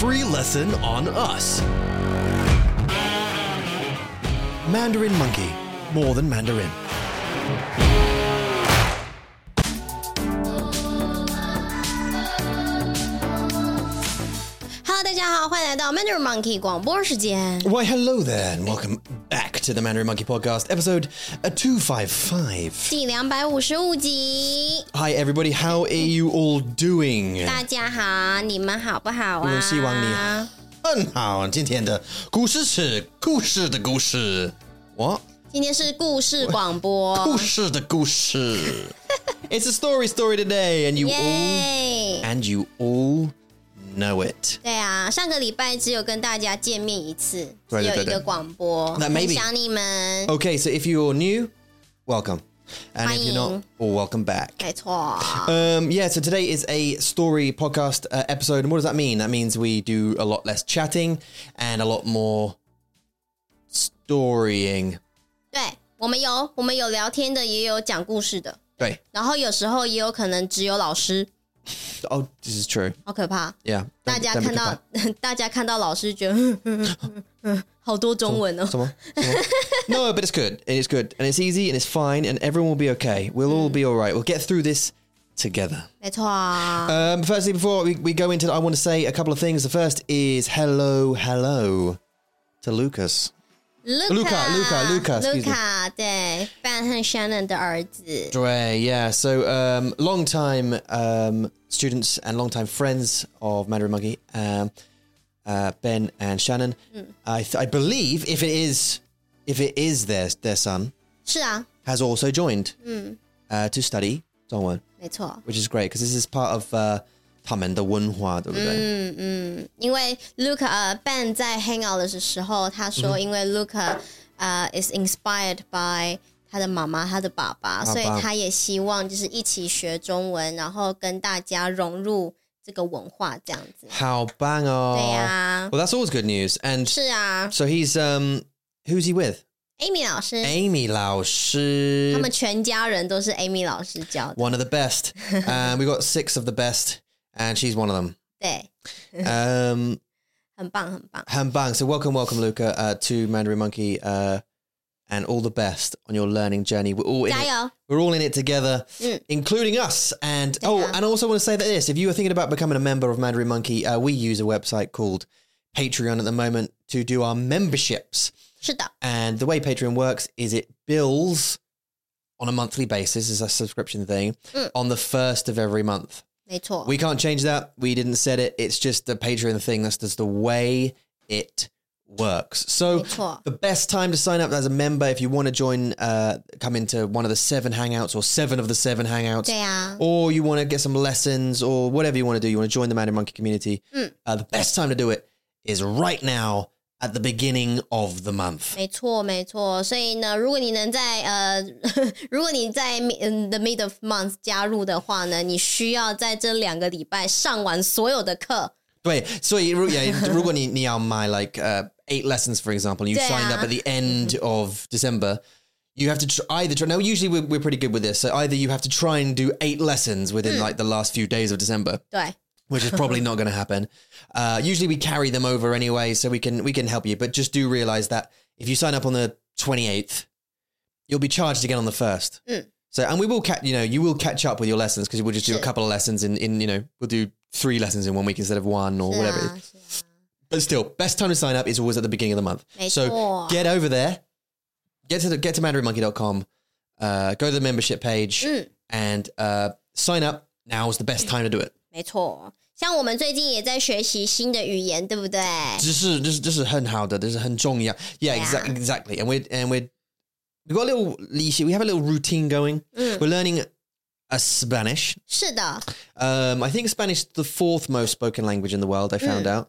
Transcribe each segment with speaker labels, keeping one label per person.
Speaker 1: free lesson on us. Mandarin Monkey, more than Mandarin.
Speaker 2: 大家好，欢迎来到 Mandarin Monkey 广播时间。
Speaker 1: Why, hello there, and welcome back to the Mandarin Monkey Podcast, episode uh, 255.
Speaker 2: 第两百五十五集，
Speaker 1: Hi, everybody, how are you all doing?
Speaker 2: 大家好，你们好不好
Speaker 1: 我
Speaker 2: 啊？
Speaker 1: 希望你很好。今天的故事是故事的故事，我
Speaker 2: 今天是故事广播
Speaker 1: 故，事的故事。It's a story story today, and you all
Speaker 2: 耶！
Speaker 1: and you all know it.
Speaker 2: 对啊，上个礼拜只有跟大家见面一次，
Speaker 1: 对对
Speaker 2: 只有
Speaker 1: 对
Speaker 2: 一
Speaker 1: 对
Speaker 2: 个广播，
Speaker 1: 那
Speaker 2: 很
Speaker 1: maybe
Speaker 2: 想你们，
Speaker 1: Okay, so if you're new, welcome, and if you're not,
Speaker 2: 欢迎。
Speaker 1: well, welcome back.
Speaker 2: 没错，
Speaker 1: Um, yeah, so today is a story podcast uh, episode, and what does that mean? That means we do a lot less chatting and a lot more storying.
Speaker 2: 对我们有我们有聊天的，也有讲故事的，
Speaker 1: Right.
Speaker 2: 然后有时候也有可能只有老师，
Speaker 1: Oh, this is true.
Speaker 2: 好可怕。
Speaker 1: Yeah.
Speaker 2: 大
Speaker 1: don't-
Speaker 2: 家
Speaker 1: don't be
Speaker 2: 看
Speaker 1: goodbye.
Speaker 2: 到， 大家看到老师觉得，嗯嗯嗯嗯嗯好多中文哦。
Speaker 1: Someone? Someone? no, but it's good. And it's good. And it's easy and it's fine and everyone will be okay. We'll all be all right. We'll get through this together.
Speaker 2: 没错啊，
Speaker 1: Um, firstly, before we, we go into I want to say a couple of things. The first is hello, hello to Lucas.
Speaker 2: 卢
Speaker 1: Luca，Luca，Luca，
Speaker 2: 卢
Speaker 1: excuse me
Speaker 2: 卡，对，范和 Shannon 的儿子，
Speaker 1: Dre, yeah. So, um, long time um, students and long time friends of Mandarin Monkey, um, uh, Ben and Shannon. I, th- I believe if it is if it is their their son,
Speaker 2: 是啊，
Speaker 1: has also joined uh, to study Dongwon,
Speaker 2: 没错，
Speaker 1: which is great because this is part of uh, 他们的文化，对不对？
Speaker 2: 因为 Luca 呃 Ben 在 hang out 的时候，他说因为 Luca 呃 is inspired by 他的妈妈，他的爸爸，所以他也希望就是一起学中文，然后跟大家融入这个文化这样子。
Speaker 1: How bang
Speaker 2: 对呀
Speaker 1: Well,、that's always good news. And
Speaker 2: 是啊
Speaker 1: so he's um, who's he with?
Speaker 2: ，Amy 老师，
Speaker 1: Amy 老师。
Speaker 2: 他们全家人都是 Amy 老师教的，
Speaker 1: one of the best. um, we got six of the best, and she's one of them.
Speaker 2: 对，
Speaker 1: Um,
Speaker 2: 很棒，很棒。
Speaker 1: ham bang. So welcome, welcome, Luca, uh, to Mandarin Monkey, uh, and all the best on your learning journey. We're all in
Speaker 2: 加
Speaker 1: it.
Speaker 2: 油！
Speaker 1: We're all in it together,
Speaker 2: Mm.
Speaker 1: including us. And oh,
Speaker 2: Yeah.
Speaker 1: and I also want to say that this: if you are thinking about becoming a member of Mandarin Monkey, uh, we use a website called Patreon at the moment to do our memberships.
Speaker 2: 是的，
Speaker 1: And the way Patreon works is it bills on a monthly basis as a subscription thing
Speaker 2: Mm.
Speaker 1: on the first of every month.
Speaker 2: 没错。
Speaker 1: We can't change that. We didn't set it. It's just the Patreon thing. That's just the way it works. So
Speaker 2: 没错，
Speaker 1: the best time to sign up as a member if you want to join, uh, come into one of the seven hangouts or seven of the seven hangouts.
Speaker 2: 对啊，
Speaker 1: Or you want to get some lessons or whatever you want to do, you want to join the Mad Monkey community.
Speaker 2: Mm.
Speaker 1: Uh, the best time to do it is right now at the beginning of the month.
Speaker 2: 没错，没错。所以呢，如果你能在呃， 如果你在嗯 the mid of month 加入的话呢，你需要在这两个礼拜上完所有的课。
Speaker 1: 对，所以如yeah，如果你你要买 like uh, eight lessons for example, you
Speaker 2: 对啊。
Speaker 1: signed up at the end of December. You have to tr- either try. Now, usually we're, we're pretty good with this. So either you have to try and do eight lessons within like the last few days of December,
Speaker 2: 对，
Speaker 1: which is probably not going to happen. Uh, usually we carry them over anyway, so we can we can help you. But just do realize that if you sign up on the twenty eighth, you'll be charged again on the first.
Speaker 2: Mm.
Speaker 1: So and we will catch you know you will catch up with your lessons because we'll just do a
Speaker 2: Sure.
Speaker 1: couple of lessons in in you know we'll do three lessons in one week instead of one or
Speaker 2: 是
Speaker 1: 哦 whatever. it is.
Speaker 2: 啊，是啊，
Speaker 1: But still, best time to sign up is always at the beginning of the month.
Speaker 2: 没
Speaker 1: So
Speaker 2: 错。
Speaker 1: get over there, get to the, get to mandarinmonkey.com, uh, go to the membership page,
Speaker 2: 嗯，
Speaker 1: and uh, sign up. Now is the
Speaker 2: Mm.
Speaker 1: best time to do it.
Speaker 2: 没错。像我们最近也在学习新的语言，对不对？
Speaker 1: 这是这是这是很好的，这是很重要。Yeah,
Speaker 2: Yeah.
Speaker 1: exactly, exactly. And we're and we're we got a little we have a little routine going. We're learning a Spanish.
Speaker 2: 是的，
Speaker 1: Um, I think Spanish is the fourth most spoken language in the world. I found out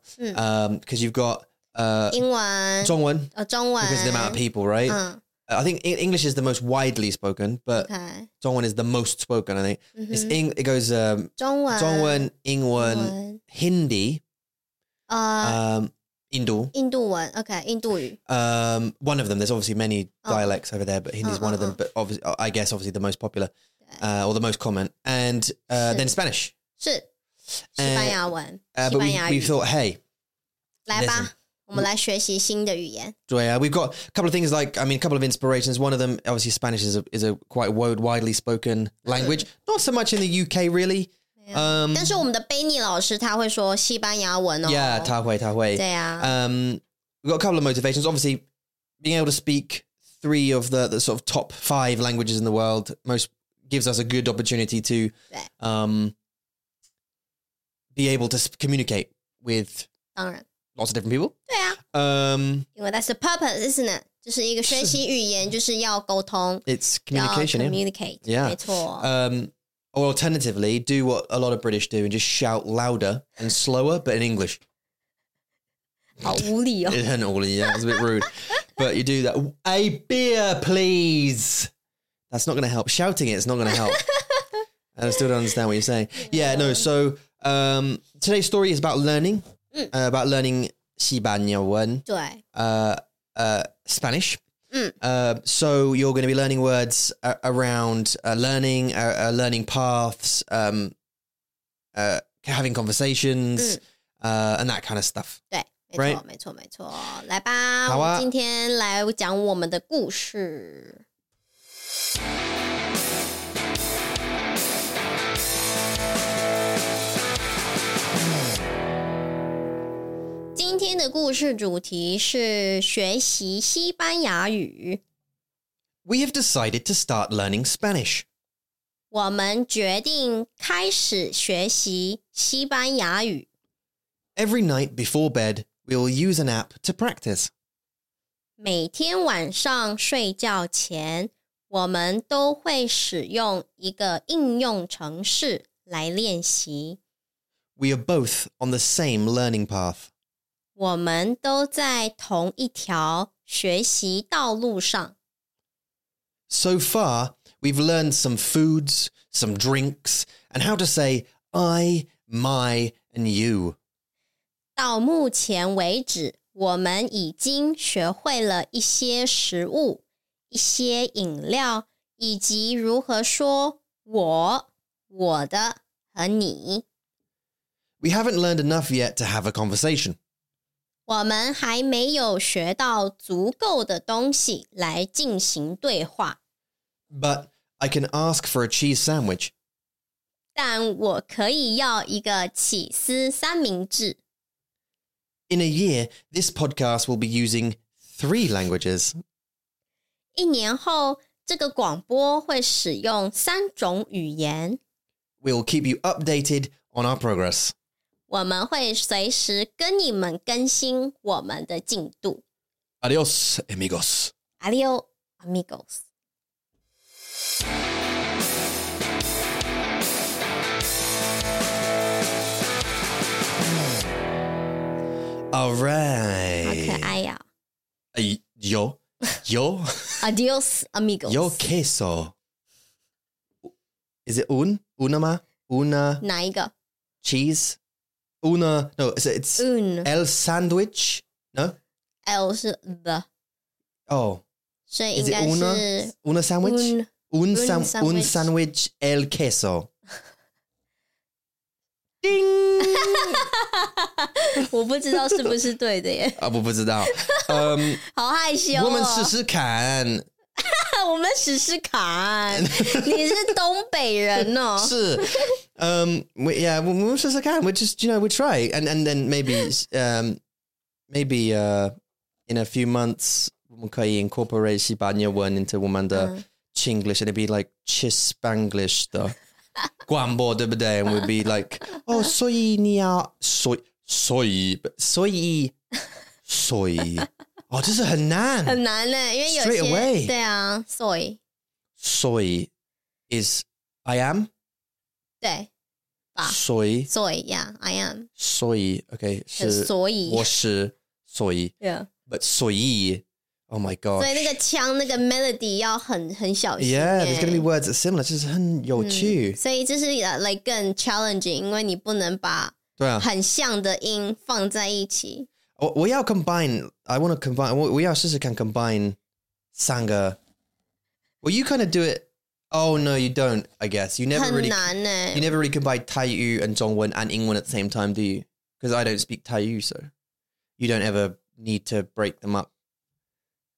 Speaker 1: because you've got uh,
Speaker 2: 英文
Speaker 1: Zhongwen
Speaker 2: 呃中文
Speaker 1: because of the amount of people, right?
Speaker 2: 嗯
Speaker 1: I think E- English is the most widely spoken, but
Speaker 2: ，OK，嗯
Speaker 1: Zhongwen is the most spoken. I think it's
Speaker 2: Mm-hmm.
Speaker 1: Eng- it goes um,
Speaker 2: 中文
Speaker 1: Zhongwen,
Speaker 2: 中
Speaker 1: Ingwen,
Speaker 2: 文
Speaker 1: Hindi,
Speaker 2: 呃
Speaker 1: um, Indo.
Speaker 2: 印度文，OK，印度语，
Speaker 1: Um, one of them. There's obviously many
Speaker 2: Oh.
Speaker 1: dialects over there, but Hindi is
Speaker 2: Oh,
Speaker 1: one of
Speaker 2: oh,
Speaker 1: them. But obviously, I guess obviously the most popular uh, or the most common, and uh, then Spanish.
Speaker 2: 是西班牙文，
Speaker 1: Uh,
Speaker 2: 西
Speaker 1: but
Speaker 2: 班
Speaker 1: we,
Speaker 2: 牙
Speaker 1: we
Speaker 2: 语。
Speaker 1: thought, hey,
Speaker 2: 来吧
Speaker 1: Listen.，
Speaker 2: 我们来学习新的语言。
Speaker 1: So, yeah, we've got a couple of things like I mean, a couple of inspirations. One of them, obviously, Spanish is a is a quite wide, widely spoken language. Not so much in the UK, really. Um,
Speaker 2: 但是我们的贝尼老师他会说西班牙文哦。
Speaker 1: yeah, 他会,他会.
Speaker 2: 对啊，
Speaker 1: Um, we've got a couple of motivations. Obviously, being able to speak three of the, the sort of top five languages in the world most gives us a good opportunity to
Speaker 2: Right.
Speaker 1: um, be able to s- communicate with
Speaker 2: 当然，
Speaker 1: lots of different people.
Speaker 2: 对啊，
Speaker 1: Um,
Speaker 2: 因为 that's the purpose, isn't it？就是一个学习语 言，就是要沟通
Speaker 1: it's
Speaker 2: 要
Speaker 1: communication. yeah.
Speaker 2: communicate，
Speaker 1: Yeah.
Speaker 2: 没错，
Speaker 1: Um, or alternatively, do what a lot of British do and just shout louder and slower, but in English.
Speaker 2: 好无 理哦。
Speaker 1: It hurt all of you. That was a bit rude. But you do that. A beer, please. That's not going to help. Shouting it is not going to help. I still don't understand what you're saying. Yeah, no. So um, today's story is about learning,
Speaker 2: Mm.
Speaker 1: uh, about learning 西班牙文,
Speaker 2: 对，
Speaker 1: uh, uh, Spanish.
Speaker 2: Mm.
Speaker 1: Uh, so you're going to be learning words uh, around uh, learning, uh, uh, learning paths, um, uh, having
Speaker 2: Mm.
Speaker 1: conversations, uh, and that kind of stuff.
Speaker 2: 对，没
Speaker 1: Right.
Speaker 2: 错，没错，没错。来吧，
Speaker 1: 好
Speaker 2: 我
Speaker 1: 啊
Speaker 2: 们今天来讲我们的故事。今天的故事主题是学习西班牙语。
Speaker 1: We have decided to start learning Spanish.
Speaker 2: 我们决定开始学习西班牙语。
Speaker 1: Every night before bed, we will use an app to practice.
Speaker 2: 每天晚上睡觉前，我们都会使用一个应用程式来练习。
Speaker 1: We are both on the same learning path.
Speaker 2: 我们都在同一条学习道路上。
Speaker 1: So far, we've learned some foods, some drinks, and how to say I, my, and you.
Speaker 2: 到目前为止，我们已经学会了一些食物、一些饮料，以及如何说“我”、“我的”和“你
Speaker 1: We haven't learned enough yet to have a conversation. ”。
Speaker 2: 我们还没有学到足够的东西来进行对话，
Speaker 1: But I can ask for a cheese sandwich.
Speaker 2: 但我可以要一个起司三明治。
Speaker 1: In a year, this podcast will be using three languages.
Speaker 2: 一年后，这个广播会使用三种语言。
Speaker 1: We will keep you updated on our progress.
Speaker 2: 我们会随时跟你们更新我们的进度。
Speaker 1: Adios, amigos.
Speaker 2: Adios, amigos。
Speaker 1: All right.
Speaker 2: 好可爱啊呀、
Speaker 1: Ay, Yo, yo,
Speaker 2: Adios, amigos。
Speaker 1: yo queso. Is it un? Una ma? Una
Speaker 2: 哪一个
Speaker 1: cheese? Una, no, it's, it's
Speaker 2: ？Un
Speaker 1: el sandwich? No?
Speaker 2: L 是 the，
Speaker 1: Oh,
Speaker 2: 所以
Speaker 1: is
Speaker 2: 应
Speaker 1: it
Speaker 2: 该
Speaker 1: una?
Speaker 2: 是
Speaker 1: Una sandwich?
Speaker 2: un
Speaker 1: Un,
Speaker 2: un
Speaker 1: sam- un
Speaker 2: sandwich.
Speaker 1: sandwich el queso. Ding!
Speaker 2: 我不知道是不是对的耶，
Speaker 1: 啊，我不知道。嗯，
Speaker 2: 好害羞、哦。
Speaker 1: 我们试试看。
Speaker 2: 我们试试 看。你是东北人 哦，
Speaker 1: 是, um, we, yeah, we, we'll just again, we just you know we try, and and then maybe um, maybe uh, in a few months we can incorporate Sibanya one into
Speaker 2: Uh-huh.
Speaker 1: Womanda Chinglish, and it'd be like Chispanglish the Guambo the day, and we'd be like, oh, soy niya soy soy soy soy. Oh, this is
Speaker 2: 很难呢，因为有
Speaker 1: Straight away
Speaker 2: 些对啊，soy
Speaker 1: Soy is I am
Speaker 2: 对啊
Speaker 1: soy
Speaker 2: soy yeah，I am，
Speaker 1: soy. Okay, 是
Speaker 2: 所以
Speaker 1: 我是所以
Speaker 2: ，yeah。
Speaker 1: but 所以 oh my god
Speaker 2: 所以那个腔、那个 melody 要很很小心耶。
Speaker 1: yeah
Speaker 2: 欸
Speaker 1: there's gonna be words that are similar 就是很有趣、嗯、对啊
Speaker 2: 所以这是呃 like 更 challenging，因为你不能把很像的音放在一起。
Speaker 1: 我我要 combine I want to combine 我我要试试看 combine 三个 well you kind of do it oh no you don't I guess you never
Speaker 2: 很
Speaker 1: really
Speaker 2: 难呢、
Speaker 1: you never really combine Taiyu and Zhongwen and Ingwen at the same time do you because I don't speak Taiyu so you don't ever need to break them up.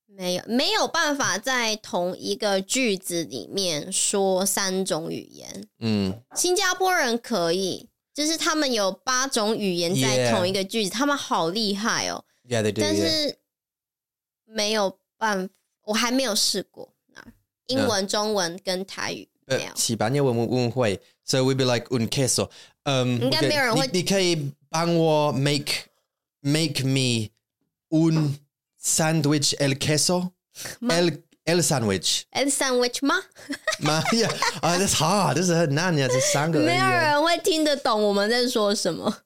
Speaker 2: 没有没有办法在同一个句子里面说三种语言。
Speaker 1: Mm.
Speaker 2: 新加坡人可以，就是他们有八种语言在
Speaker 1: Yeah
Speaker 2: 同一个句子他们好厉害哦。
Speaker 1: Yeah, they do.
Speaker 2: 但
Speaker 1: Yeah.
Speaker 2: 是没有办法，我还没有试过那
Speaker 1: 嗯
Speaker 2: 儿英文、中文跟台语没
Speaker 1: But
Speaker 2: 有。
Speaker 1: 西班牙文我们会 So we'd be like un queso. Um,
Speaker 2: 应该没有人会-
Speaker 1: 你你可以帮我 make make me un sandwich el queso el el sandwich.
Speaker 2: And sandwich 吗？
Speaker 1: Ma- yeah. Oh, that's hard. This is 很难呀，这三个。
Speaker 2: 没有人会听得懂我们在说什么。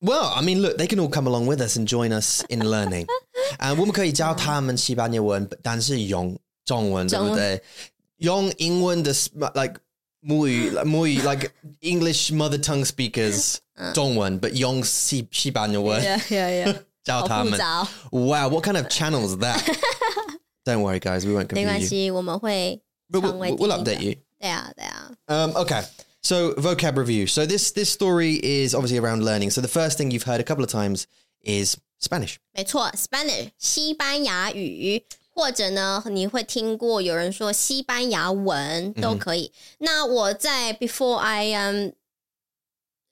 Speaker 1: Well, I mean, look, they can all come along with us and join us in learning. Uh, And 我们可以教他们西班
Speaker 2: 中文。
Speaker 1: 牙文，但是用中文，对不对？用英文的 like 母语母语 like English mother tongue speakers
Speaker 2: Uh.
Speaker 1: 中文，but 用西西班牙文
Speaker 2: Yeah, yeah, yeah. 好复杂、哦，
Speaker 1: Wow, what kind of channel is that? Don't worry, guys, we won't
Speaker 2: 没关
Speaker 1: confuse you.
Speaker 2: 系，我们会
Speaker 1: But we'll,
Speaker 2: 成为
Speaker 1: we'll we'll
Speaker 2: 第一
Speaker 1: update
Speaker 2: 个
Speaker 1: you.
Speaker 2: 对啊，对啊，
Speaker 1: Um, okay. So vocab review. So this this story is obviously around learning. So the first thing you've heard a couple of times is Spanish.
Speaker 2: 没错，Spanish 西班牙语，或者呢，你会听过有人说西班牙文都可以。那我在 before I um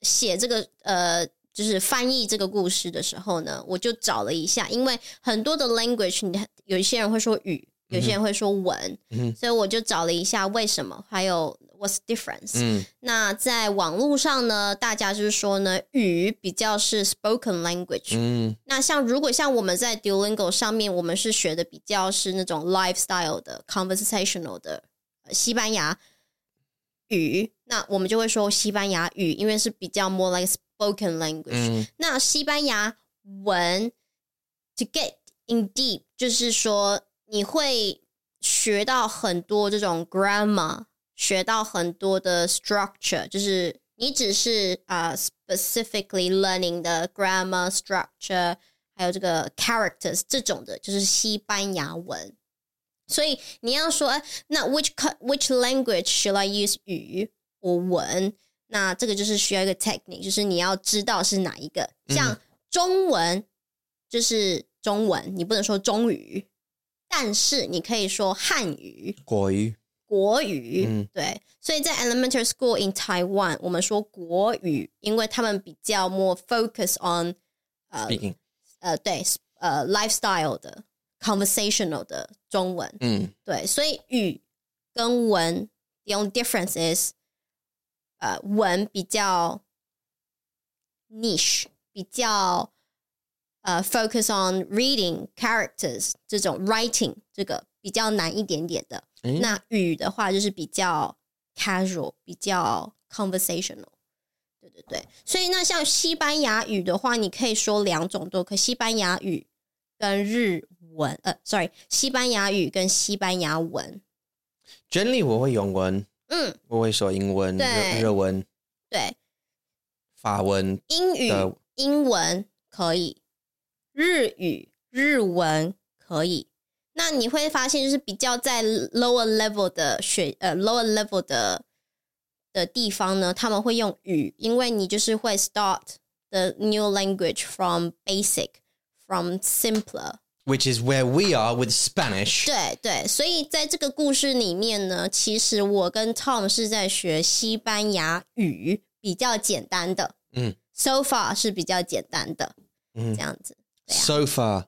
Speaker 2: 写这个呃，就是翻译这个故事的时候呢，我就找了一下，因为很多的 language，你有一些人会说语，有些人会说文，
Speaker 1: 嗯
Speaker 2: 所以我就找了一下为什么，还有 what's the difference。
Speaker 1: Mm.
Speaker 2: 那在网络上呢，大家就是说呢，语比较是 spoken language，、
Speaker 1: Mm.
Speaker 2: 那像如果像我们在 Duolingo 上面，我们是学的比较是那种 lifestyle 的 conversational 的呃西班牙语，那我们就会说西班牙语，因为是比较 more like spoken language。
Speaker 1: Mm.
Speaker 2: 那西班牙文 to get in deep，就是说你会学到很多这种 grammar，学到很多的 structure，就是你只是啊、specifically learning 的 grammar structure，还有这个 characters 这种的，就是西班牙文。所以你要说，哎，那 which co- which language should I use 语我文？那这个就是需要一个 technique，就是你要知道是哪一个。像中文就是中文，你不能说中语，但是你可以说汉语。
Speaker 1: 国语。
Speaker 2: 国语，
Speaker 1: 嗯
Speaker 2: 对，所以在 elementary school in Taiwan，我们说国语，因为他们比较 more focus on 呃
Speaker 1: Speaking.
Speaker 2: 呃对呃 lifestyle 的 conversational 的中文，
Speaker 1: Mm.
Speaker 2: 对，所以语跟文 the only difference is 呃文比较 niche，比较呃 focus on reading characters 这种 writing 这个比较难一点点的。
Speaker 1: 诶
Speaker 2: 那语的话就是比较 casual，比较 conversational。对对对，所以那像西班牙语的话，你可以说两种都可以，西班牙语跟日文，呃，sorry，西班牙语跟西班牙文，
Speaker 1: Generally 我会用文，我会说英文，
Speaker 2: 嗯，对。
Speaker 1: 日-日文、
Speaker 2: 对，
Speaker 1: 法文
Speaker 2: 英语、
Speaker 1: 的
Speaker 2: 英文可以，日语、日文可以。那你会发现，就是比较在 lower level 的学呃 lower level 的的地方呢，他们会用语，因为你就是会 start the new language from basic from simpler。
Speaker 1: which is where we are with Spanish.
Speaker 2: 对对，所以在这个故事里面呢，其实我跟 Tom 是在学西班牙语，比较简单的，
Speaker 1: 嗯
Speaker 2: ，so far 是比较简单的，
Speaker 1: 嗯
Speaker 2: 这样子。对啊
Speaker 1: So far.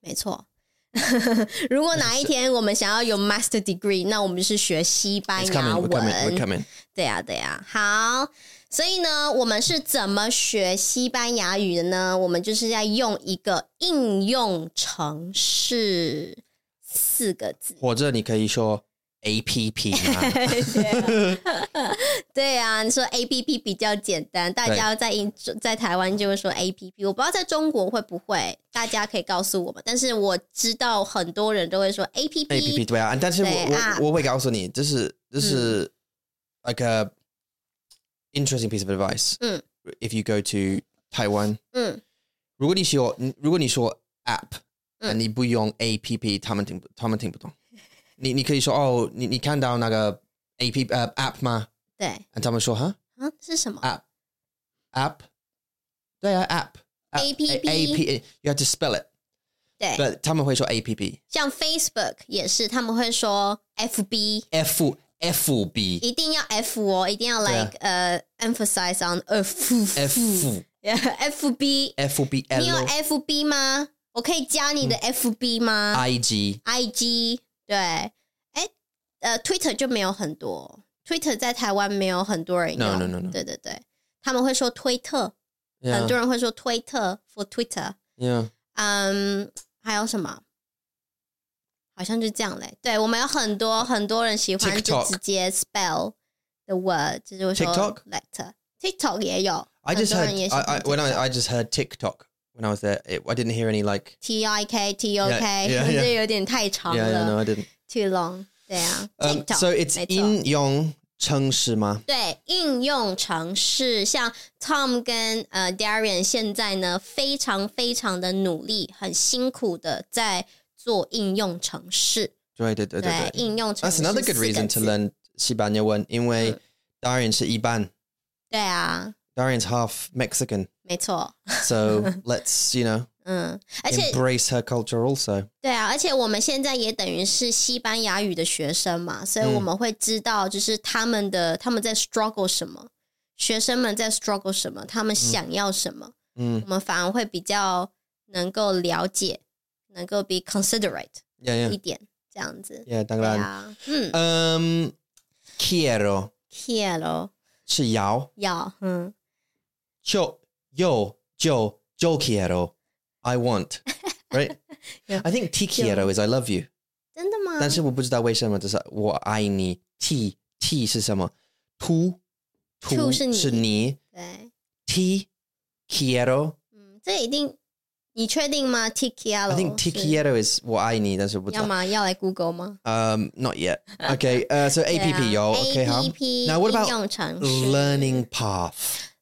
Speaker 2: 没错。 如果哪一天我们想要有 master degree，那我们就是学西班
Speaker 1: It's
Speaker 2: 牙
Speaker 1: coming, we're
Speaker 2: 文。
Speaker 1: coming, we're coming.
Speaker 2: 对呀、对呀、好。所以呢，我们是怎么学西班牙语的呢？我们就是在用一个应用程式四个字。
Speaker 1: 或者你可以说 APP 嘛。
Speaker 2: 对啊，你说 A P P 比较简单，大家在英在台湾就会说 A P P，我不知道在中国会不会，大家可以告诉我们。但是我知道很多人都会说 A P
Speaker 1: A P P 对啊，但是我
Speaker 2: 对，app
Speaker 1: 我我会告诉你，这是这是 like a interesting piece of advice。
Speaker 2: 嗯
Speaker 1: ，If you go to Taiwan，
Speaker 2: 嗯，
Speaker 1: 如果你说如果你说 app，
Speaker 2: 嗯
Speaker 1: 你不用 A P P，他们听不他们听不懂。你你可以说哦，你你看到那个 A P 呃 app 吗？
Speaker 2: 对
Speaker 1: 他们说哈
Speaker 2: 啊，是什么？
Speaker 1: app app，对啊 app 啊
Speaker 2: APP
Speaker 1: A P you have to spell it，
Speaker 2: 对，
Speaker 1: but 他们会说 A P P
Speaker 2: 像 Facebook 也是，他们会说 FB，
Speaker 1: F F B
Speaker 2: 一定要 F 哦，一定要
Speaker 1: 对啊
Speaker 2: like 呃、emphasize on F，F
Speaker 1: F
Speaker 2: FB，
Speaker 1: F B
Speaker 2: 你有
Speaker 1: L
Speaker 2: FB 吗？我可以加你的 FB 吗、
Speaker 1: I G
Speaker 2: i g 对，哎、呃，Twitter 就没有很多，Twitter 在台湾没有很多人用
Speaker 1: No, no, no, no.
Speaker 2: 对对对，他们会说推特很
Speaker 1: yeah
Speaker 2: 多人会说推特 for Twitter，
Speaker 1: yeah
Speaker 2: 嗯，还有什么？好像就这样嘞。对我们有很多很多人喜欢就
Speaker 1: TikTok
Speaker 2: 直接 spell the word，就是会说
Speaker 1: TikTok？
Speaker 2: letter。TikTok 也有
Speaker 1: I just
Speaker 2: 很多
Speaker 1: heard
Speaker 2: 人也
Speaker 1: I,
Speaker 2: 喜欢
Speaker 1: I when
Speaker 2: TikTok
Speaker 1: I I just heard TikTok when I was there it, I didn't hear any like
Speaker 2: T I K T O
Speaker 1: Yeah,
Speaker 2: K，
Speaker 1: yeah,
Speaker 2: 这
Speaker 1: yeah.
Speaker 2: 有点太长
Speaker 1: yeah, yeah no
Speaker 2: 了
Speaker 1: I didn't
Speaker 2: ，too long。对啊
Speaker 1: um
Speaker 2: Oh, ，TikTok
Speaker 1: so it's
Speaker 2: 没错
Speaker 1: in Yong Cheng Shima
Speaker 2: 对应用程式，像 Tom 跟呃 Darian 现在呢，非常非常的努力，很辛苦的在做应用程式。对，应用程
Speaker 1: that's
Speaker 2: 式
Speaker 1: another good
Speaker 2: 四个
Speaker 1: reason to
Speaker 2: 字
Speaker 1: learn 西班牙文因为 Darian's Iban
Speaker 2: 对啊，
Speaker 1: Darian's half Mexican
Speaker 2: 没错，
Speaker 1: so let's you know
Speaker 2: 嗯，而且
Speaker 1: embrace her culture also
Speaker 2: 对啊，而且我们现在也等于是西班牙语的学生嘛，所以我们会知道就是他们的他们在 struggle 什么，学生们在 struggle 什么，他们想要什么，
Speaker 1: 嗯
Speaker 2: 我们反而会比较能够了解，能够 be considerate
Speaker 1: yeah
Speaker 2: 一
Speaker 1: yeah
Speaker 2: 点，这样子。
Speaker 1: yeah
Speaker 2: 对
Speaker 1: 当然
Speaker 2: 啊，
Speaker 1: um
Speaker 2: 嗯
Speaker 1: quiero
Speaker 2: ，quiero
Speaker 1: 是摇
Speaker 2: 要，嗯，
Speaker 1: 就yo yo yo quiero I want right
Speaker 2: Yeah. Um.
Speaker 1: I think T quiero is I love you
Speaker 2: 真的吗？
Speaker 1: 但是我不知道为什么，就是我爱你。T T 是什么？To
Speaker 2: To 是你
Speaker 1: 是你。
Speaker 2: 对，
Speaker 1: T quiero，
Speaker 2: 嗯，这一定，你确定吗 t i k i a l
Speaker 1: I
Speaker 2: o
Speaker 1: think T quiero is 我爱你，但是我不知
Speaker 2: 要
Speaker 1: 道。
Speaker 2: 吗？要来 Google 吗？啊
Speaker 1: Um, not yet. Okay, uh, so A P P 有 OK 好
Speaker 2: A。P P
Speaker 1: Now what about
Speaker 2: 应用程式
Speaker 1: Learning path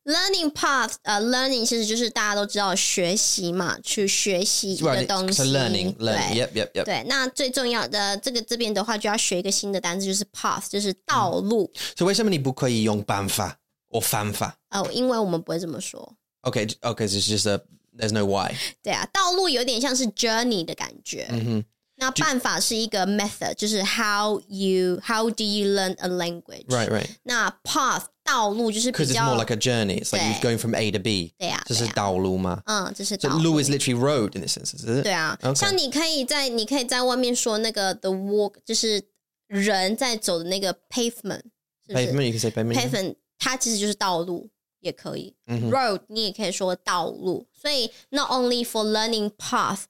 Speaker 2: learning path，呃，learning 其实就是大家都知道学习嘛，去学习一个
Speaker 1: right
Speaker 2: 东西。
Speaker 1: so learning
Speaker 2: 对
Speaker 1: learning yep yep yep
Speaker 2: 对，那最重要的这个这边的话，就要学一个新的单词，就是 path，就是道
Speaker 1: 嗯
Speaker 2: 路。
Speaker 1: so 为什么你不可以用办法或方法
Speaker 2: 呃，因为我们不会这么说。
Speaker 1: ？Okay okay so it's just a there's no why
Speaker 2: 对啊，道路有点像是 journey 的感觉。
Speaker 1: 嗯哼
Speaker 2: 那办法是一个 method，就是 how you how do you learn a language。
Speaker 1: right right
Speaker 2: 那 path 道路就是比
Speaker 1: because it's more
Speaker 2: 较
Speaker 1: like a journey it's like
Speaker 2: 对。
Speaker 1: you're going from A to B
Speaker 2: 对啊，
Speaker 1: 这
Speaker 2: 对
Speaker 1: 是
Speaker 2: 啊
Speaker 1: 道路吗？
Speaker 2: 嗯，这是
Speaker 1: So
Speaker 2: 道路。
Speaker 1: Lou is literally road in this instance, is it?
Speaker 2: 对啊
Speaker 1: OK
Speaker 2: 像你可以在你可以在外面说那个 the walk，就是人在走的那个 pavement，是不是
Speaker 1: Pavement, you can say pavement. yeah.
Speaker 2: pavement 它其实就是道路，也可以、
Speaker 1: 嗯哼
Speaker 2: road 你也可以说道路。所以 not only for learning path。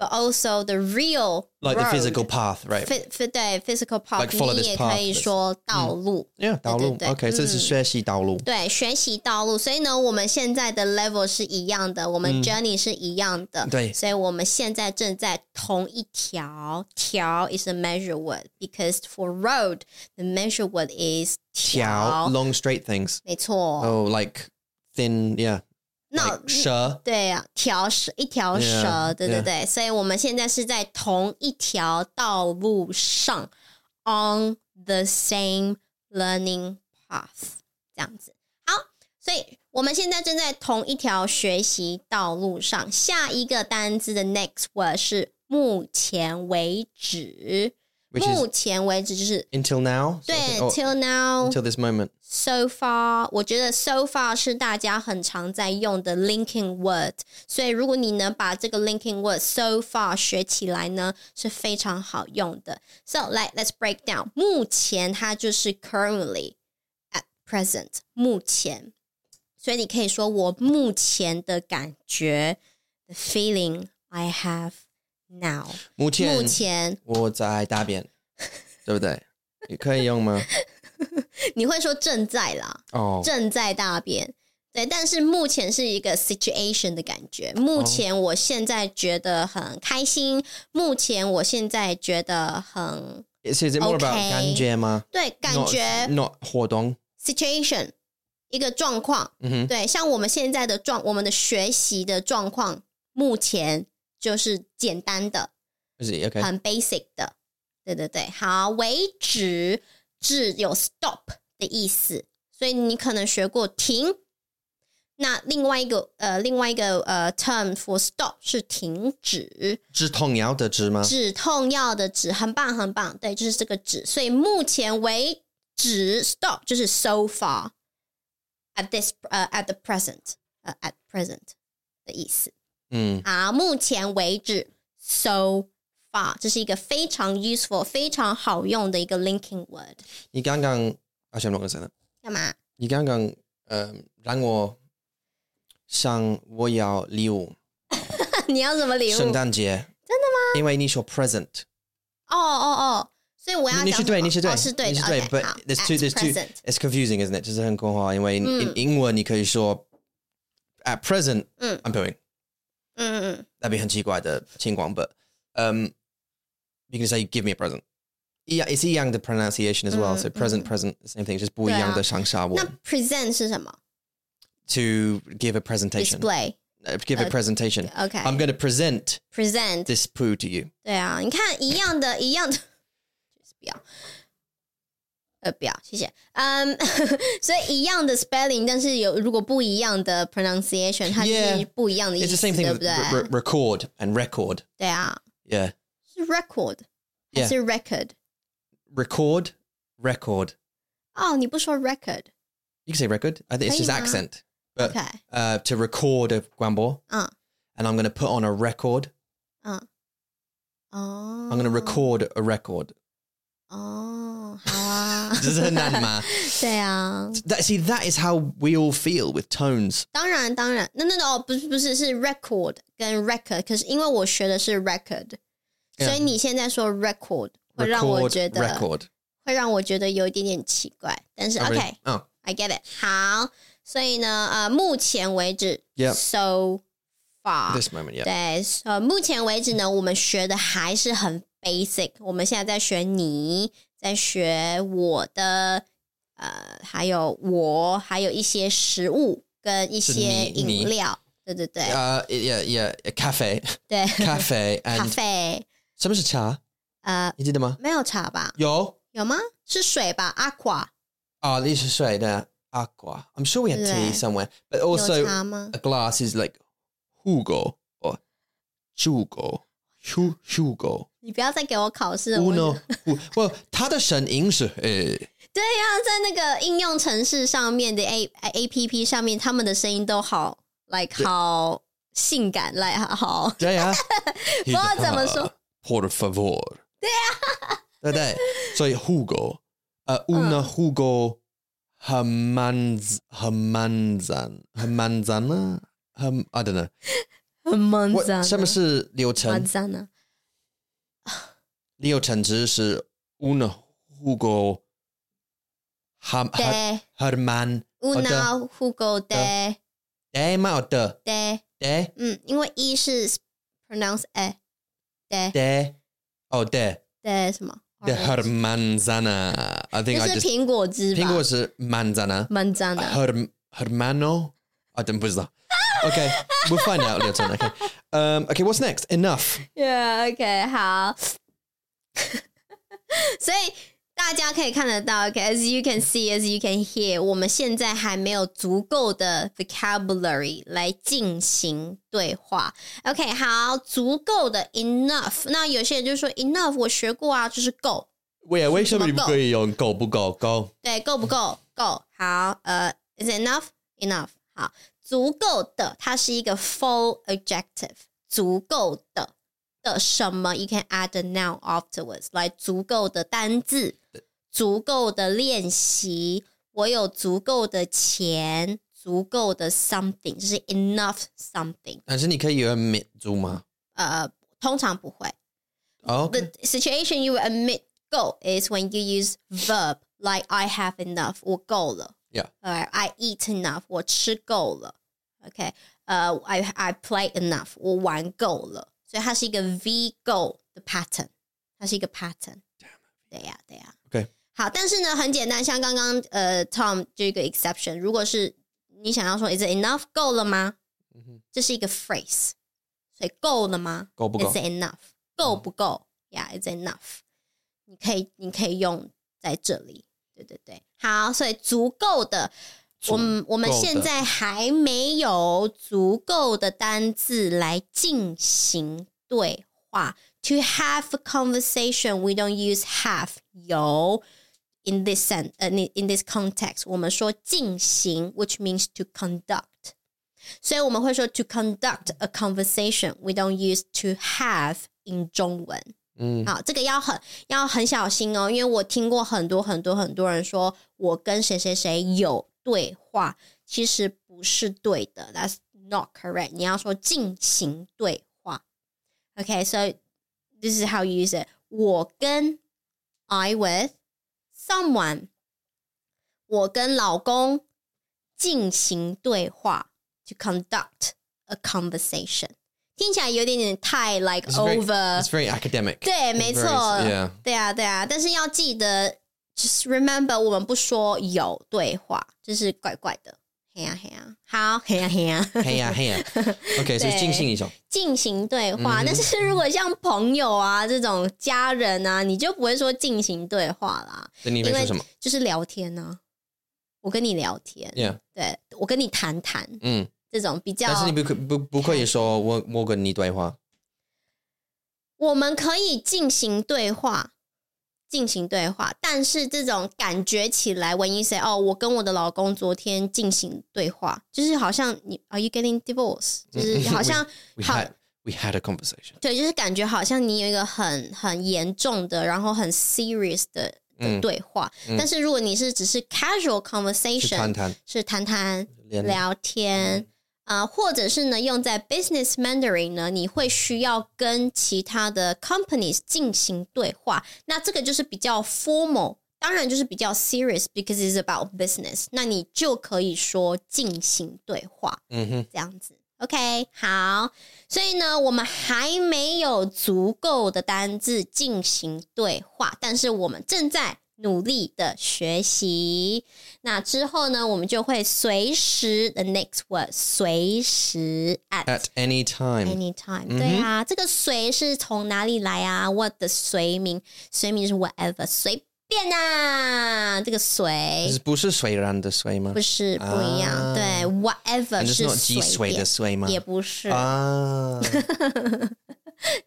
Speaker 2: But also the real
Speaker 1: Like the
Speaker 2: road
Speaker 1: physical path, right?
Speaker 2: Phy- phy- 对 physical path，、
Speaker 1: Like follow
Speaker 2: 你
Speaker 1: this
Speaker 2: 也可
Speaker 1: path, 嗯
Speaker 2: 以
Speaker 1: this-
Speaker 2: 说道路。
Speaker 1: yeah, 道路.
Speaker 2: 对，对，对，
Speaker 1: Okay, so this is
Speaker 2: 嗯。
Speaker 1: 学习道路.
Speaker 2: 对，学习道路，所以呢，我们现在的 level 是一样的，我们 journey 是一样的，
Speaker 1: 嗯对
Speaker 2: 所以我们现在正在同一条条 is a measure word because for road the measure word is 条，
Speaker 1: 条, long straight things.
Speaker 2: 没错，
Speaker 1: Oh, like thin, yeah.
Speaker 2: 那、
Speaker 1: like 蛇,
Speaker 2: 对呀、条蛇一条蛇
Speaker 1: Yeah,
Speaker 2: 对对
Speaker 1: yeah.
Speaker 2: 对，所以我们现在是在同一条道路上，on the same learning path，这样子。好，所以我们现在正在同一条学习道路上。下一个单字的 next word 是目前为止，
Speaker 1: which is
Speaker 2: 目前为止就是
Speaker 1: until now. So
Speaker 2: 对
Speaker 1: I think- oh,
Speaker 2: till now
Speaker 1: until this moment.
Speaker 2: So far，我觉得 so far 是大家很常在用的 linking word，所以如果你能把这个 linking word so far 学起来呢，是非常好用的。So 来，let's break down。目前它就是 currently at present，目前，所以你可以说我目前的感觉，the feeling I have now。目前
Speaker 1: 目前我在大便，对不对？你可以用吗？
Speaker 2: 你会说正在啦，
Speaker 1: 哦，
Speaker 2: 正在大便。对，但是目前是一个 situation 的感觉。目前我现在觉得很开心，目前我现在觉得很
Speaker 1: So is it more about
Speaker 2: Okay.
Speaker 1: 感觉吗？
Speaker 2: 对，感
Speaker 1: Not-
Speaker 2: 觉
Speaker 1: not 活动。
Speaker 2: situation 一个状况。
Speaker 1: 嗯哼，
Speaker 2: 对，像我们现在的状，我们的学习的状况，目前就是简单的，
Speaker 1: Is it- okay.
Speaker 2: 很 basic 的。对对对，好，为止止有 stop 的意思，所以你可能学过停，那另外一个呃，另外一个呃，term for stop 是停止，
Speaker 1: 止痛药的止吗？
Speaker 2: 止痛药的止，很棒很棒，对，就是这个止。所以目前为止，stop 就是 so far at this 呃、at the present 呃、at present 的意思
Speaker 1: 嗯
Speaker 2: 啊。目前为止，so far 这是一个非常 useful、非常好用的一个 linking word。
Speaker 1: 你刚刚啊，想弄个什么？
Speaker 2: 干嘛？
Speaker 1: 你刚刚呃让我想我要礼物，
Speaker 2: 你要什么礼物？
Speaker 1: 圣诞节真的吗？因为你说 present，
Speaker 2: 哦哦哦，所以我要
Speaker 1: 你你
Speaker 2: 讲
Speaker 1: 是对，
Speaker 2: 什么
Speaker 1: 你是对，
Speaker 2: 哦是对
Speaker 1: 你
Speaker 2: 的
Speaker 1: 是对。
Speaker 2: OK，
Speaker 1: But
Speaker 2: 好
Speaker 1: there's
Speaker 2: at
Speaker 1: two, there's two.
Speaker 2: present
Speaker 1: It's confusing, isn't it？就是很困惑，因为
Speaker 2: 嗯
Speaker 1: 英英文你可以说 at present
Speaker 2: 嗯
Speaker 1: I'm doing，
Speaker 2: 嗯嗯嗯，
Speaker 1: 那边很奇怪的情况，but um you can say give me a present. Yeah, it's 一样的 pronunciation as well. So
Speaker 2: 嗯，嗯，
Speaker 1: present,
Speaker 2: 嗯。
Speaker 1: present, same thing, 就是不一样的上下文
Speaker 2: 那。present 是什么
Speaker 1: To give a presentation,
Speaker 2: ？display
Speaker 1: uh, give a presentation.
Speaker 2: OK
Speaker 1: I'm going to present
Speaker 2: present
Speaker 1: this poo to you.
Speaker 2: 对啊，你看一样的，一样的，就是不要，呃，不要，谢谢。嗯、 所以一样的 spelling，但是有如果不一样的 pronunciation，它就
Speaker 1: Yeah，
Speaker 2: 是不一样的意
Speaker 1: It's
Speaker 2: 思
Speaker 1: the same thing
Speaker 2: 对
Speaker 1: with
Speaker 2: 不对
Speaker 1: re- re- record and record.
Speaker 2: 对啊，
Speaker 1: Yeah,
Speaker 2: 是 record 还
Speaker 1: Yeah
Speaker 2: 是 record？
Speaker 1: record, record.
Speaker 2: 哦，你不说 record，OK，、
Speaker 1: You can say record. I think it's just
Speaker 2: 可以吗？
Speaker 1: accent. But uh, to record a guambo,
Speaker 2: 嗯
Speaker 1: and I'm going to put on a record.
Speaker 2: 嗯，哦
Speaker 1: I'm
Speaker 2: Oh.
Speaker 1: going to record a record.
Speaker 2: 哦，好啊，
Speaker 1: 这是很难吗？
Speaker 2: 对啊，
Speaker 1: That see, that is how we all feel with tones.
Speaker 2: 当然当然，那那个哦，不是不是是 record 跟 record，可是因为我学的是 record，
Speaker 1: Yeah
Speaker 2: 所以你现在说 record 会让我
Speaker 1: Record,
Speaker 2: 觉得
Speaker 1: record.
Speaker 2: 会让我觉得有一点点奇怪，但是
Speaker 1: I really-
Speaker 2: OK，I、
Speaker 1: Oh,
Speaker 2: get it。好，所以呢，呃，目前为止
Speaker 1: Yeah
Speaker 2: so far，
Speaker 1: this moment, yeah.
Speaker 2: 对，呃，目前为止呢，我们学的还是很 basic。我们现在在学你，在学我的，呃，还有我，还有一些食物跟一
Speaker 1: 是
Speaker 2: 些
Speaker 1: 你你
Speaker 2: 饮料。对对对、
Speaker 1: Uh, yeah, yeah. A cafe,
Speaker 2: 对，
Speaker 1: cafe,
Speaker 2: 咖
Speaker 1: and
Speaker 2: 啡，
Speaker 1: 什
Speaker 2: 呃，
Speaker 1: 么是茶？你记得吗？有
Speaker 2: 没有茶吧？有吗？是水吧？Aqua
Speaker 1: Oh, this is right there. Aqua. I'm sure we had tea
Speaker 2: 对。
Speaker 1: somewhere, but
Speaker 2: 有
Speaker 1: also
Speaker 2: 茶吗
Speaker 1: a glass is like Hugo or Hugo, Hu- Hugo.
Speaker 2: 你不要再给我考试了。我
Speaker 1: Uno. Hu- Well, eh, 它的声音是呃
Speaker 2: 对呀、在那个应用程式上面的 A 呃 A P P 上面，他们的声音都好，like 好性感，like 好。
Speaker 1: 对呀、
Speaker 2: 不知道怎么说。
Speaker 1: Por favor，对呀、啊，对不对？所以 Hugo，呃、uh,，una、嗯、Hugo Hermanz Hermanzan Hermanzana Herm I don't know
Speaker 2: 很蒙
Speaker 1: what
Speaker 2: 赞，蒙
Speaker 1: 什么是流程？流程只是
Speaker 2: 赞呢？
Speaker 1: una Hugo Herm
Speaker 2: 对
Speaker 1: Herman
Speaker 2: ，una hugo de
Speaker 1: de 吗？的
Speaker 2: de，
Speaker 1: de
Speaker 2: 嗯，因为一是 pronounce a de
Speaker 1: de 哦 de
Speaker 2: de 什么
Speaker 1: de
Speaker 2: orange
Speaker 1: Hermanzana I
Speaker 2: 就
Speaker 1: think I
Speaker 2: 是
Speaker 1: just
Speaker 2: 苹果汁吧？
Speaker 1: 苹果是 manzana。
Speaker 2: 蒙赞的，
Speaker 1: Her, hermano? I don't know. Okay, we'll find out later. on, Okay. Um, okay, what's next? Enough.
Speaker 2: yeah OK 好， 所以。大家可以看得到，OK，as、you can see，as you can hear，我们现在还没有足够的 vocabulary 来进行对话。OK，好，足够的 enough。那有些人就说 enough，我学过啊，就是够。
Speaker 1: Wait, wait, shall we
Speaker 2: 什么够？
Speaker 1: go?
Speaker 2: 对，够不够？够。好，呃，is it enough enough？好，足够的，它是一个 full adjective，足够的的什么？You can add a noun afterwards，来足够的单字，足够的练习，我有足够的钱，足够的 something，就是 enough something。呃，通常不会。
Speaker 1: Oh,
Speaker 2: the situation you admit go is when you use verb like I have enough 我够了
Speaker 1: Yeah.
Speaker 2: Alright, I eat enough 我吃够了 OK 呃、uh, I I play enough 我玩够了所以它是一个 V go 的 pattern 它是一个 pattern 对呀对呀
Speaker 1: Okay.
Speaker 2: 好但是呢很简单像刚刚呃 Tom 这个 exception 如果是你想要说 Is it enough 够了吗这是一个 phrase 所以够了吗
Speaker 1: 够不够？嗯
Speaker 2: Is it enough？够不够？Yeah，is it enough？你可以，你可以用在这里。对对对，好，所以足够的我们我们
Speaker 1: 够的
Speaker 2: 现在还没有足够的单字来进行对话。To have a conversation, we don't use have 有 in this sen 呃、uh, in this context，我们说进行，which means to conduct。所以我们会说 to conduct a conversation, we don't use to have in 中文。
Speaker 1: 嗯
Speaker 2: 好，这个要很要很小心哦，因为我听过很多很多很多人说我跟谁谁谁有对话，其实不是对的，That's not correct。你要说进行对话，OK？So、this is how you use it。我跟 I with someone，我跟老公进行对话，to conduct a conversation。听起来有点点太 like
Speaker 1: It's very-
Speaker 2: over，
Speaker 1: It's very academic.
Speaker 2: 对，没
Speaker 1: It's
Speaker 2: 错
Speaker 1: very- yeah.
Speaker 2: 对啊，对啊，但是要记得，just remember，我们不说有对话，就是怪怪的。嘿呀嘿呀，好，嘿呀嘿呀，
Speaker 1: 嘿呀嘿 呀。OK，所以
Speaker 2: 对
Speaker 1: 进行一种。
Speaker 2: 进行对话。
Speaker 1: 嗯哼
Speaker 2: 但是如果像朋友啊这种家人啊，你就不会说进行对话啦，
Speaker 1: 那你
Speaker 2: 因
Speaker 1: 会说
Speaker 2: 为
Speaker 1: 什么
Speaker 2: 就是聊天呢、我跟你聊天，
Speaker 1: ？Yeah，Mm.
Speaker 2: 对我跟你谈谈
Speaker 1: 嗯，
Speaker 2: 这种比较
Speaker 1: 但，是你不可不不可以说我我跟你对话。
Speaker 2: 我们可以进行对话，进行对话，但是这种感觉起来，when you say 哦，我跟我的老公昨天进行对话，就是好像你 Are you getting divorced？就是好像
Speaker 1: We
Speaker 2: 好
Speaker 1: had we had a conversation。
Speaker 2: 对，就是感觉好像你有一个很很严重的，然后很 serious 的的
Speaker 1: 嗯
Speaker 2: 对话，但是如果你是只是 casual
Speaker 1: 去谈
Speaker 2: conversation，
Speaker 1: 谈
Speaker 2: 是谈谈
Speaker 1: 连
Speaker 2: 聊天。啊、或者是呢，用在 business mentoring 呢，你会需要跟其他的 companies 进行对话，那这个就是比较 formal，当然就是比较 serious，because it's about business，那你就可以说进行对话
Speaker 1: 嗯哼，
Speaker 2: 这样子。OK，好，所以呢，我们还没有足够的单字进行对话，但是我们正在努力的学习。那之后呢，我们就会随时 the next word 随时 at
Speaker 1: at any time。
Speaker 2: anytime、对
Speaker 1: 嗯
Speaker 2: 啊，这个随是从哪里来啊？What 的随名，随名是 whatever，随便啊，这个随
Speaker 1: 不是水然的水吗
Speaker 2: 不？是不一样，
Speaker 1: 啊
Speaker 2: 对，whatever
Speaker 1: 就是
Speaker 2: 是
Speaker 1: 那种积水的
Speaker 2: 便
Speaker 1: 水吗？
Speaker 2: 也不是，
Speaker 1: 啊，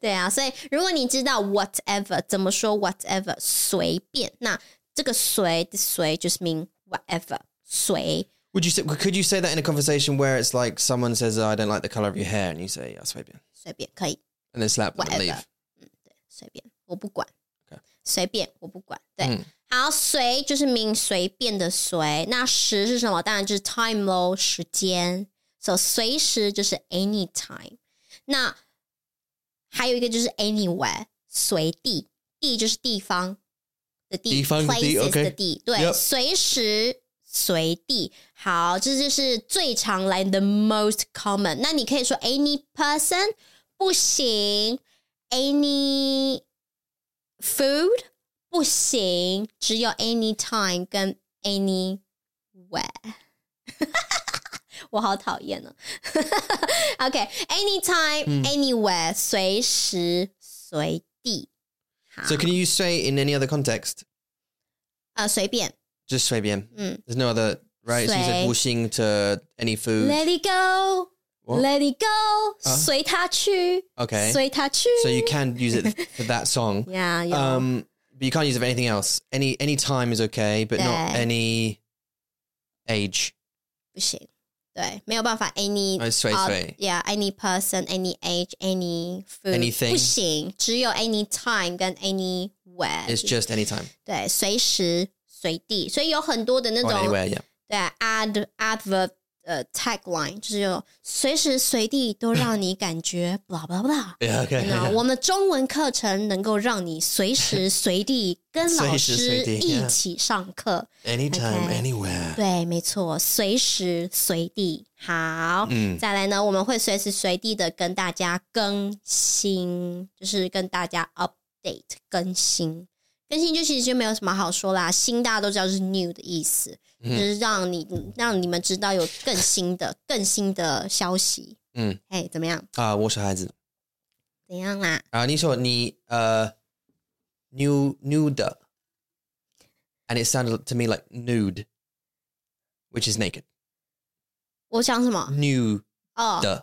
Speaker 2: 对啊，所以如果你知道 whatever 怎么说 whatever 随便，那这个随的随就是 mean whatever 随。
Speaker 1: Would you say? Could you say that in a conversation where it's like someone says, oh, "I don't like the color of your hair," and you say, "Yeah, 随便
Speaker 2: 随便可以，
Speaker 1: and then slap them and
Speaker 2: Whatever.
Speaker 1: leave.
Speaker 2: 随便，我不管
Speaker 1: OK。
Speaker 2: 随便，我不管。对，
Speaker 1: 嗯
Speaker 2: 好，随就是名随便的随，那时是什么？当然就是 time 喽，时间。所、so, 随时就是 anytime。那还有一个就是 anywhere，随地，地就是地方的地，
Speaker 1: 地方的
Speaker 2: places
Speaker 1: 地，OK
Speaker 2: 的地，对
Speaker 1: Yep
Speaker 2: 随时。随地，好，这就是最常来 the most common。那你可以说 any person 不行，any food 不行，只有 anytime 跟 anywhere。我好讨厌哦 呢。OK，anytime、anywhere，随时随地。好
Speaker 1: So can you say in any other context?
Speaker 2: 啊，随便。
Speaker 1: Just 随便。
Speaker 2: Mm.
Speaker 1: There's no other right. So you said
Speaker 2: 随。
Speaker 1: washing to any food.
Speaker 2: Let it go,
Speaker 1: What?
Speaker 2: let it go，
Speaker 1: 啊
Speaker 2: 随他去，
Speaker 1: Okay.
Speaker 2: 随他去。
Speaker 1: So you can use it for that song.
Speaker 2: Yeah, yeah.
Speaker 1: Um, but you can't use it for anything else. Any any time is okay, but not
Speaker 2: Yeah.
Speaker 1: any age. Oh,
Speaker 2: 不行，对，没有办法。Any
Speaker 1: 哎随
Speaker 2: uh,
Speaker 1: 随
Speaker 2: yeah, any person, any age, any food,
Speaker 1: Anything
Speaker 2: 不行，只有 any time 跟 anywhere。
Speaker 1: It's just any time
Speaker 2: 对，随时随地，所以有很多的那
Speaker 1: or
Speaker 2: 种
Speaker 1: anywhere. Yeah.
Speaker 2: 对 ad adverb 呃 tagline，就是有随时随地都让你感觉 blah blah blah。
Speaker 1: Yeah. Okay.
Speaker 2: 那
Speaker 1: yeah.
Speaker 2: 哎我们中文课程能够让你随时 随地跟老
Speaker 1: 随时
Speaker 2: 师
Speaker 1: 随地
Speaker 2: 一
Speaker 1: yeah
Speaker 2: 起上
Speaker 1: 嗯
Speaker 2: 课。
Speaker 1: Anytime,
Speaker 2: Okay.
Speaker 1: anywhere.
Speaker 2: 对，没错，随时随地。好，
Speaker 1: 嗯
Speaker 2: 再来呢，我们会随时随地的跟大家更新，就是跟大家 update 更新。更新就其实就没有什么好说啦，新大家都知道就是 new 的意思，
Speaker 1: 嗯
Speaker 2: 就是让你让你们知道有更新的、更新的消息。
Speaker 1: 嗯，
Speaker 2: 哎，怎么样？
Speaker 1: 啊，我是孩子
Speaker 2: 怎样啦？
Speaker 1: 啊。你说你呃，new nude, and it sounded to me like nude. which is naked.
Speaker 2: 我讲什么？
Speaker 1: nude
Speaker 2: 哦，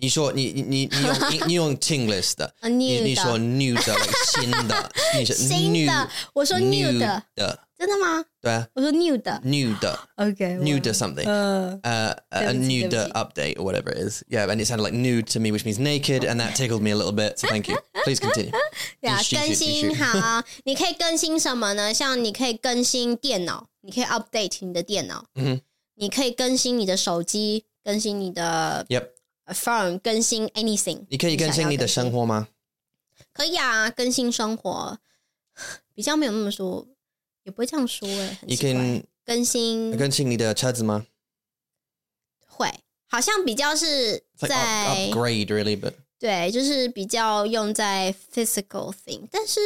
Speaker 1: 你说你你你你用 你你用 English 的，
Speaker 2: 啊
Speaker 1: 你你
Speaker 2: ，nude
Speaker 1: 说 nude like 新的，你是
Speaker 2: 新的
Speaker 1: nude，
Speaker 2: 我说 new 的，
Speaker 1: 的，
Speaker 2: 真的吗？
Speaker 1: 对啊
Speaker 2: 我说 new 的
Speaker 1: ，nude
Speaker 2: ，OK，
Speaker 1: nude
Speaker 2: 么？
Speaker 1: something，
Speaker 2: 呃，
Speaker 1: uh, a, a
Speaker 2: Don't see
Speaker 1: nude
Speaker 2: them.
Speaker 1: update or whatever it is. Yeah, and it sounded like nude to me, which means naked, and that tickled me a little bit. So thank you. Please continue.
Speaker 2: 对啊
Speaker 1: 继，续
Speaker 2: 更
Speaker 1: 继
Speaker 2: 新
Speaker 1: 续
Speaker 2: 好，你可以更新什么呢？像你可以更新电脑，你可以 update 你的电脑，
Speaker 1: 嗯哼
Speaker 2: 你可以更新你的手机，更新你的呃
Speaker 1: Yep.
Speaker 2: phone，更新 anything，
Speaker 1: 你可以更新你的生活吗？
Speaker 2: 可以啊，更新生活，比较没有那么说，也不会这样说哎、很
Speaker 1: 你
Speaker 2: 奇怪
Speaker 1: can
Speaker 2: 更新
Speaker 1: 更新你的车子吗？
Speaker 2: 会，好像比较是
Speaker 1: It's like up,
Speaker 2: 在
Speaker 1: upgrade really, but
Speaker 2: 对，就是比较用在 physical thing，但是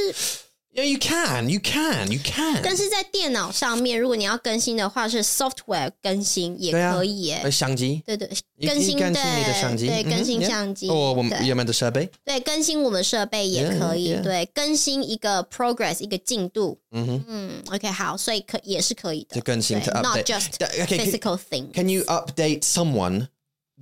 Speaker 1: yeah, you can, you can, you can.
Speaker 2: 但是在电脑上面，如果你要更新的话，是 software 更新也
Speaker 1: 对啊
Speaker 2: 可以耶、
Speaker 1: 相机
Speaker 2: 对对，
Speaker 1: 你
Speaker 2: 更新
Speaker 1: 你更新你的
Speaker 2: 对
Speaker 1: 相机
Speaker 2: 对，
Speaker 1: 嗯哼
Speaker 2: 更新
Speaker 1: yeah
Speaker 2: 相机，
Speaker 1: Oh,
Speaker 2: 对
Speaker 1: 哦，我们我们的设备，
Speaker 2: 对，更新我们的设备也
Speaker 1: Yeah,
Speaker 2: 可以
Speaker 1: yeah, yeah.
Speaker 2: 对，更新一个 progress 一个进度，
Speaker 1: Mm-hmm.
Speaker 2: 嗯，OK，好，所以可也是可以的，
Speaker 1: 就更新
Speaker 2: 对
Speaker 1: to
Speaker 2: ，not
Speaker 1: update.
Speaker 2: just
Speaker 1: Da- okay, can-
Speaker 2: physical thing，
Speaker 1: Can you update someone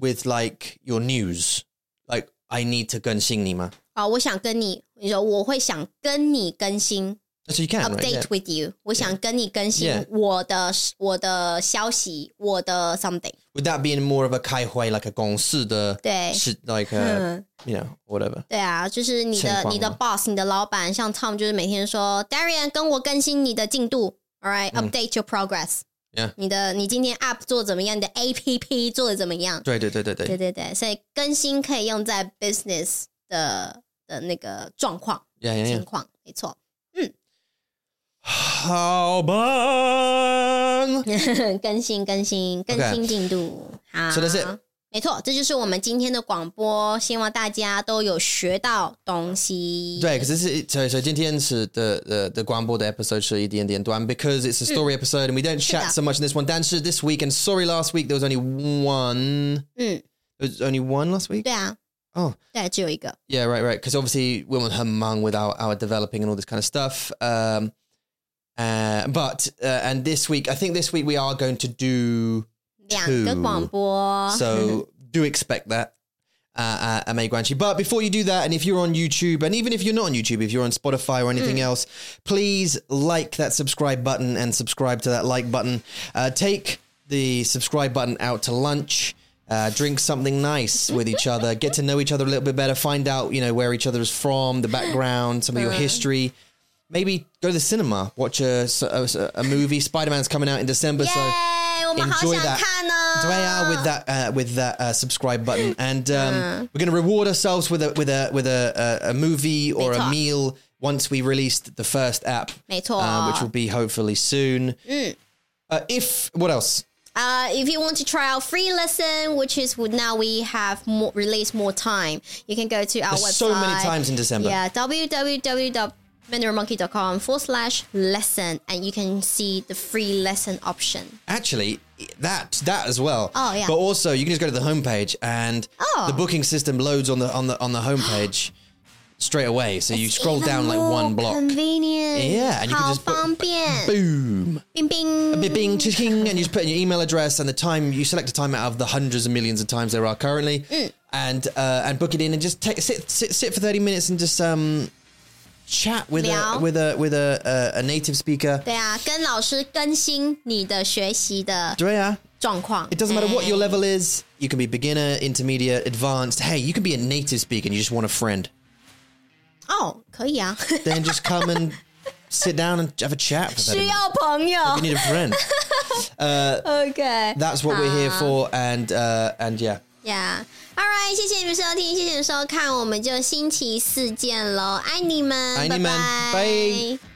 Speaker 1: with like your news? Like I need to 更新你吗？
Speaker 2: 啊，我想跟你，你说我会想跟你更新
Speaker 1: So you can, right? Yeah.
Speaker 2: update with you，我想跟你更新
Speaker 1: Yeah.
Speaker 2: 我的我的消息，我的 something，
Speaker 1: Would that be in more of a 开会 like a 公司的
Speaker 2: 对，
Speaker 1: 是 like a
Speaker 2: 嗯。
Speaker 1: you know whatever
Speaker 2: 对啊，就是你
Speaker 1: 情
Speaker 2: 的
Speaker 1: 况
Speaker 2: 你的
Speaker 1: 吗
Speaker 2: boss，你的老板，像 Tom 就是每天说，Darian 跟我更新你的进度，All right，update your progress。
Speaker 1: 嗯 Yeah
Speaker 2: 你的你今天 app 做得怎么样？你的 app 做的怎么样？对
Speaker 1: 对对对对对。
Speaker 2: 对对，所以更新可以用在 business 的的那个状况
Speaker 1: Yeah, yeah,
Speaker 2: 情
Speaker 1: yeah.
Speaker 2: 况，没错。
Speaker 1: How about
Speaker 2: 更新更新更
Speaker 1: Okay
Speaker 2: 新进度，好，
Speaker 1: So that's it
Speaker 2: 没错，这就是我们今天的广播，希望大家都有学到东西。
Speaker 1: 对，可是是所以所以今天是的的的广播的 episode 是一点点短 because it's a story episode and we don't chat so
Speaker 2: 是的。
Speaker 1: much in this one. 但是 this week and sorry last week there was only one.
Speaker 2: 嗯，
Speaker 1: There was only one last week.
Speaker 2: 对啊，
Speaker 1: Oh
Speaker 2: 对，只有一个，
Speaker 1: yeah, right, right. Because obviously we were humong with our our developing and all this kind of stuff. Um, uh, but uh, and this week I think this week we are going to do.
Speaker 2: 两个
Speaker 1: Two
Speaker 2: 广播。
Speaker 1: So do expect that. Uh, uh, May Guanchi. But before you do that, and if you're on YouTube, and even if you're not on YouTube, if you're on Spotify or anything else, please like that subscribe button and subscribe to that like button. Uh, take the subscribe button out to lunch. Uh, drink something nice with each other. Get to know each other a little bit better. Find out, you know, where each other is from, the background, some of your history. Maybe go to the cinema, watch a, a, a movie. Spider Man's coming out in December, so
Speaker 2: 耶！我们好
Speaker 1: enjoy
Speaker 2: 想
Speaker 1: that
Speaker 2: 看啊呢。
Speaker 1: Dwyer with that uh, with that uh, subscribe button, and um,
Speaker 2: Uh.
Speaker 1: we're going to reward ourselves with a with a with a a, a movie or a
Speaker 2: Betul.
Speaker 1: meal once we released the first app,
Speaker 2: 没错
Speaker 1: uh, which will be hopefully soon.
Speaker 2: Mm.
Speaker 1: Uh, if what else?
Speaker 2: Uh, if you want to try our free lesson, which is would now we have more released more time, you can go to our website.
Speaker 1: So many times in December.
Speaker 2: Yeah, www.mineralmonkey.com forward slash lesson, and you can see the free lesson option.
Speaker 1: Actually, that that as well.
Speaker 2: Oh, yeah.
Speaker 1: But also, you can just go to the homepage, and
Speaker 2: Oh.
Speaker 1: the booking system loads on the on the on the homepage straight away. So you scroll
Speaker 2: Even
Speaker 1: down like
Speaker 2: more
Speaker 1: one block.
Speaker 2: Convenient.
Speaker 1: Yeah, and you can
Speaker 2: 好
Speaker 1: just put-
Speaker 2: 方便。
Speaker 1: Boom.
Speaker 2: Bing bing.
Speaker 1: Bing, bing, ching, and you just put in your email address and the time. You select a time out of the hundreds of millions of times there are currently, and uh, and book it in and just take, sit, sit sit for thirty minutes and just um chat with
Speaker 2: Meow.
Speaker 1: a with a with a a, a native speaker.
Speaker 2: 对啊，跟老师更新你的学习的
Speaker 1: Drea,
Speaker 2: 状况。
Speaker 1: it doesn't matter what your
Speaker 2: And-
Speaker 1: level is. You can be beginner, intermediate, advanced. Hey, you can be a native speaker. and You just want a friend.
Speaker 2: 哦，可以 啊，
Speaker 1: Then just come and sit down and have a chat. For 30
Speaker 2: 需
Speaker 1: minutes.
Speaker 2: 要朋友。
Speaker 1: You need a friend.
Speaker 2: OK，
Speaker 1: That's what we're here for. And uh, and yeah.
Speaker 2: 呀。All right，谢谢你们收听，谢谢你们收看，我们就星期四见喽，爱你们，
Speaker 1: 爱你
Speaker 2: 拜
Speaker 1: 们
Speaker 2: 拜
Speaker 1: 拜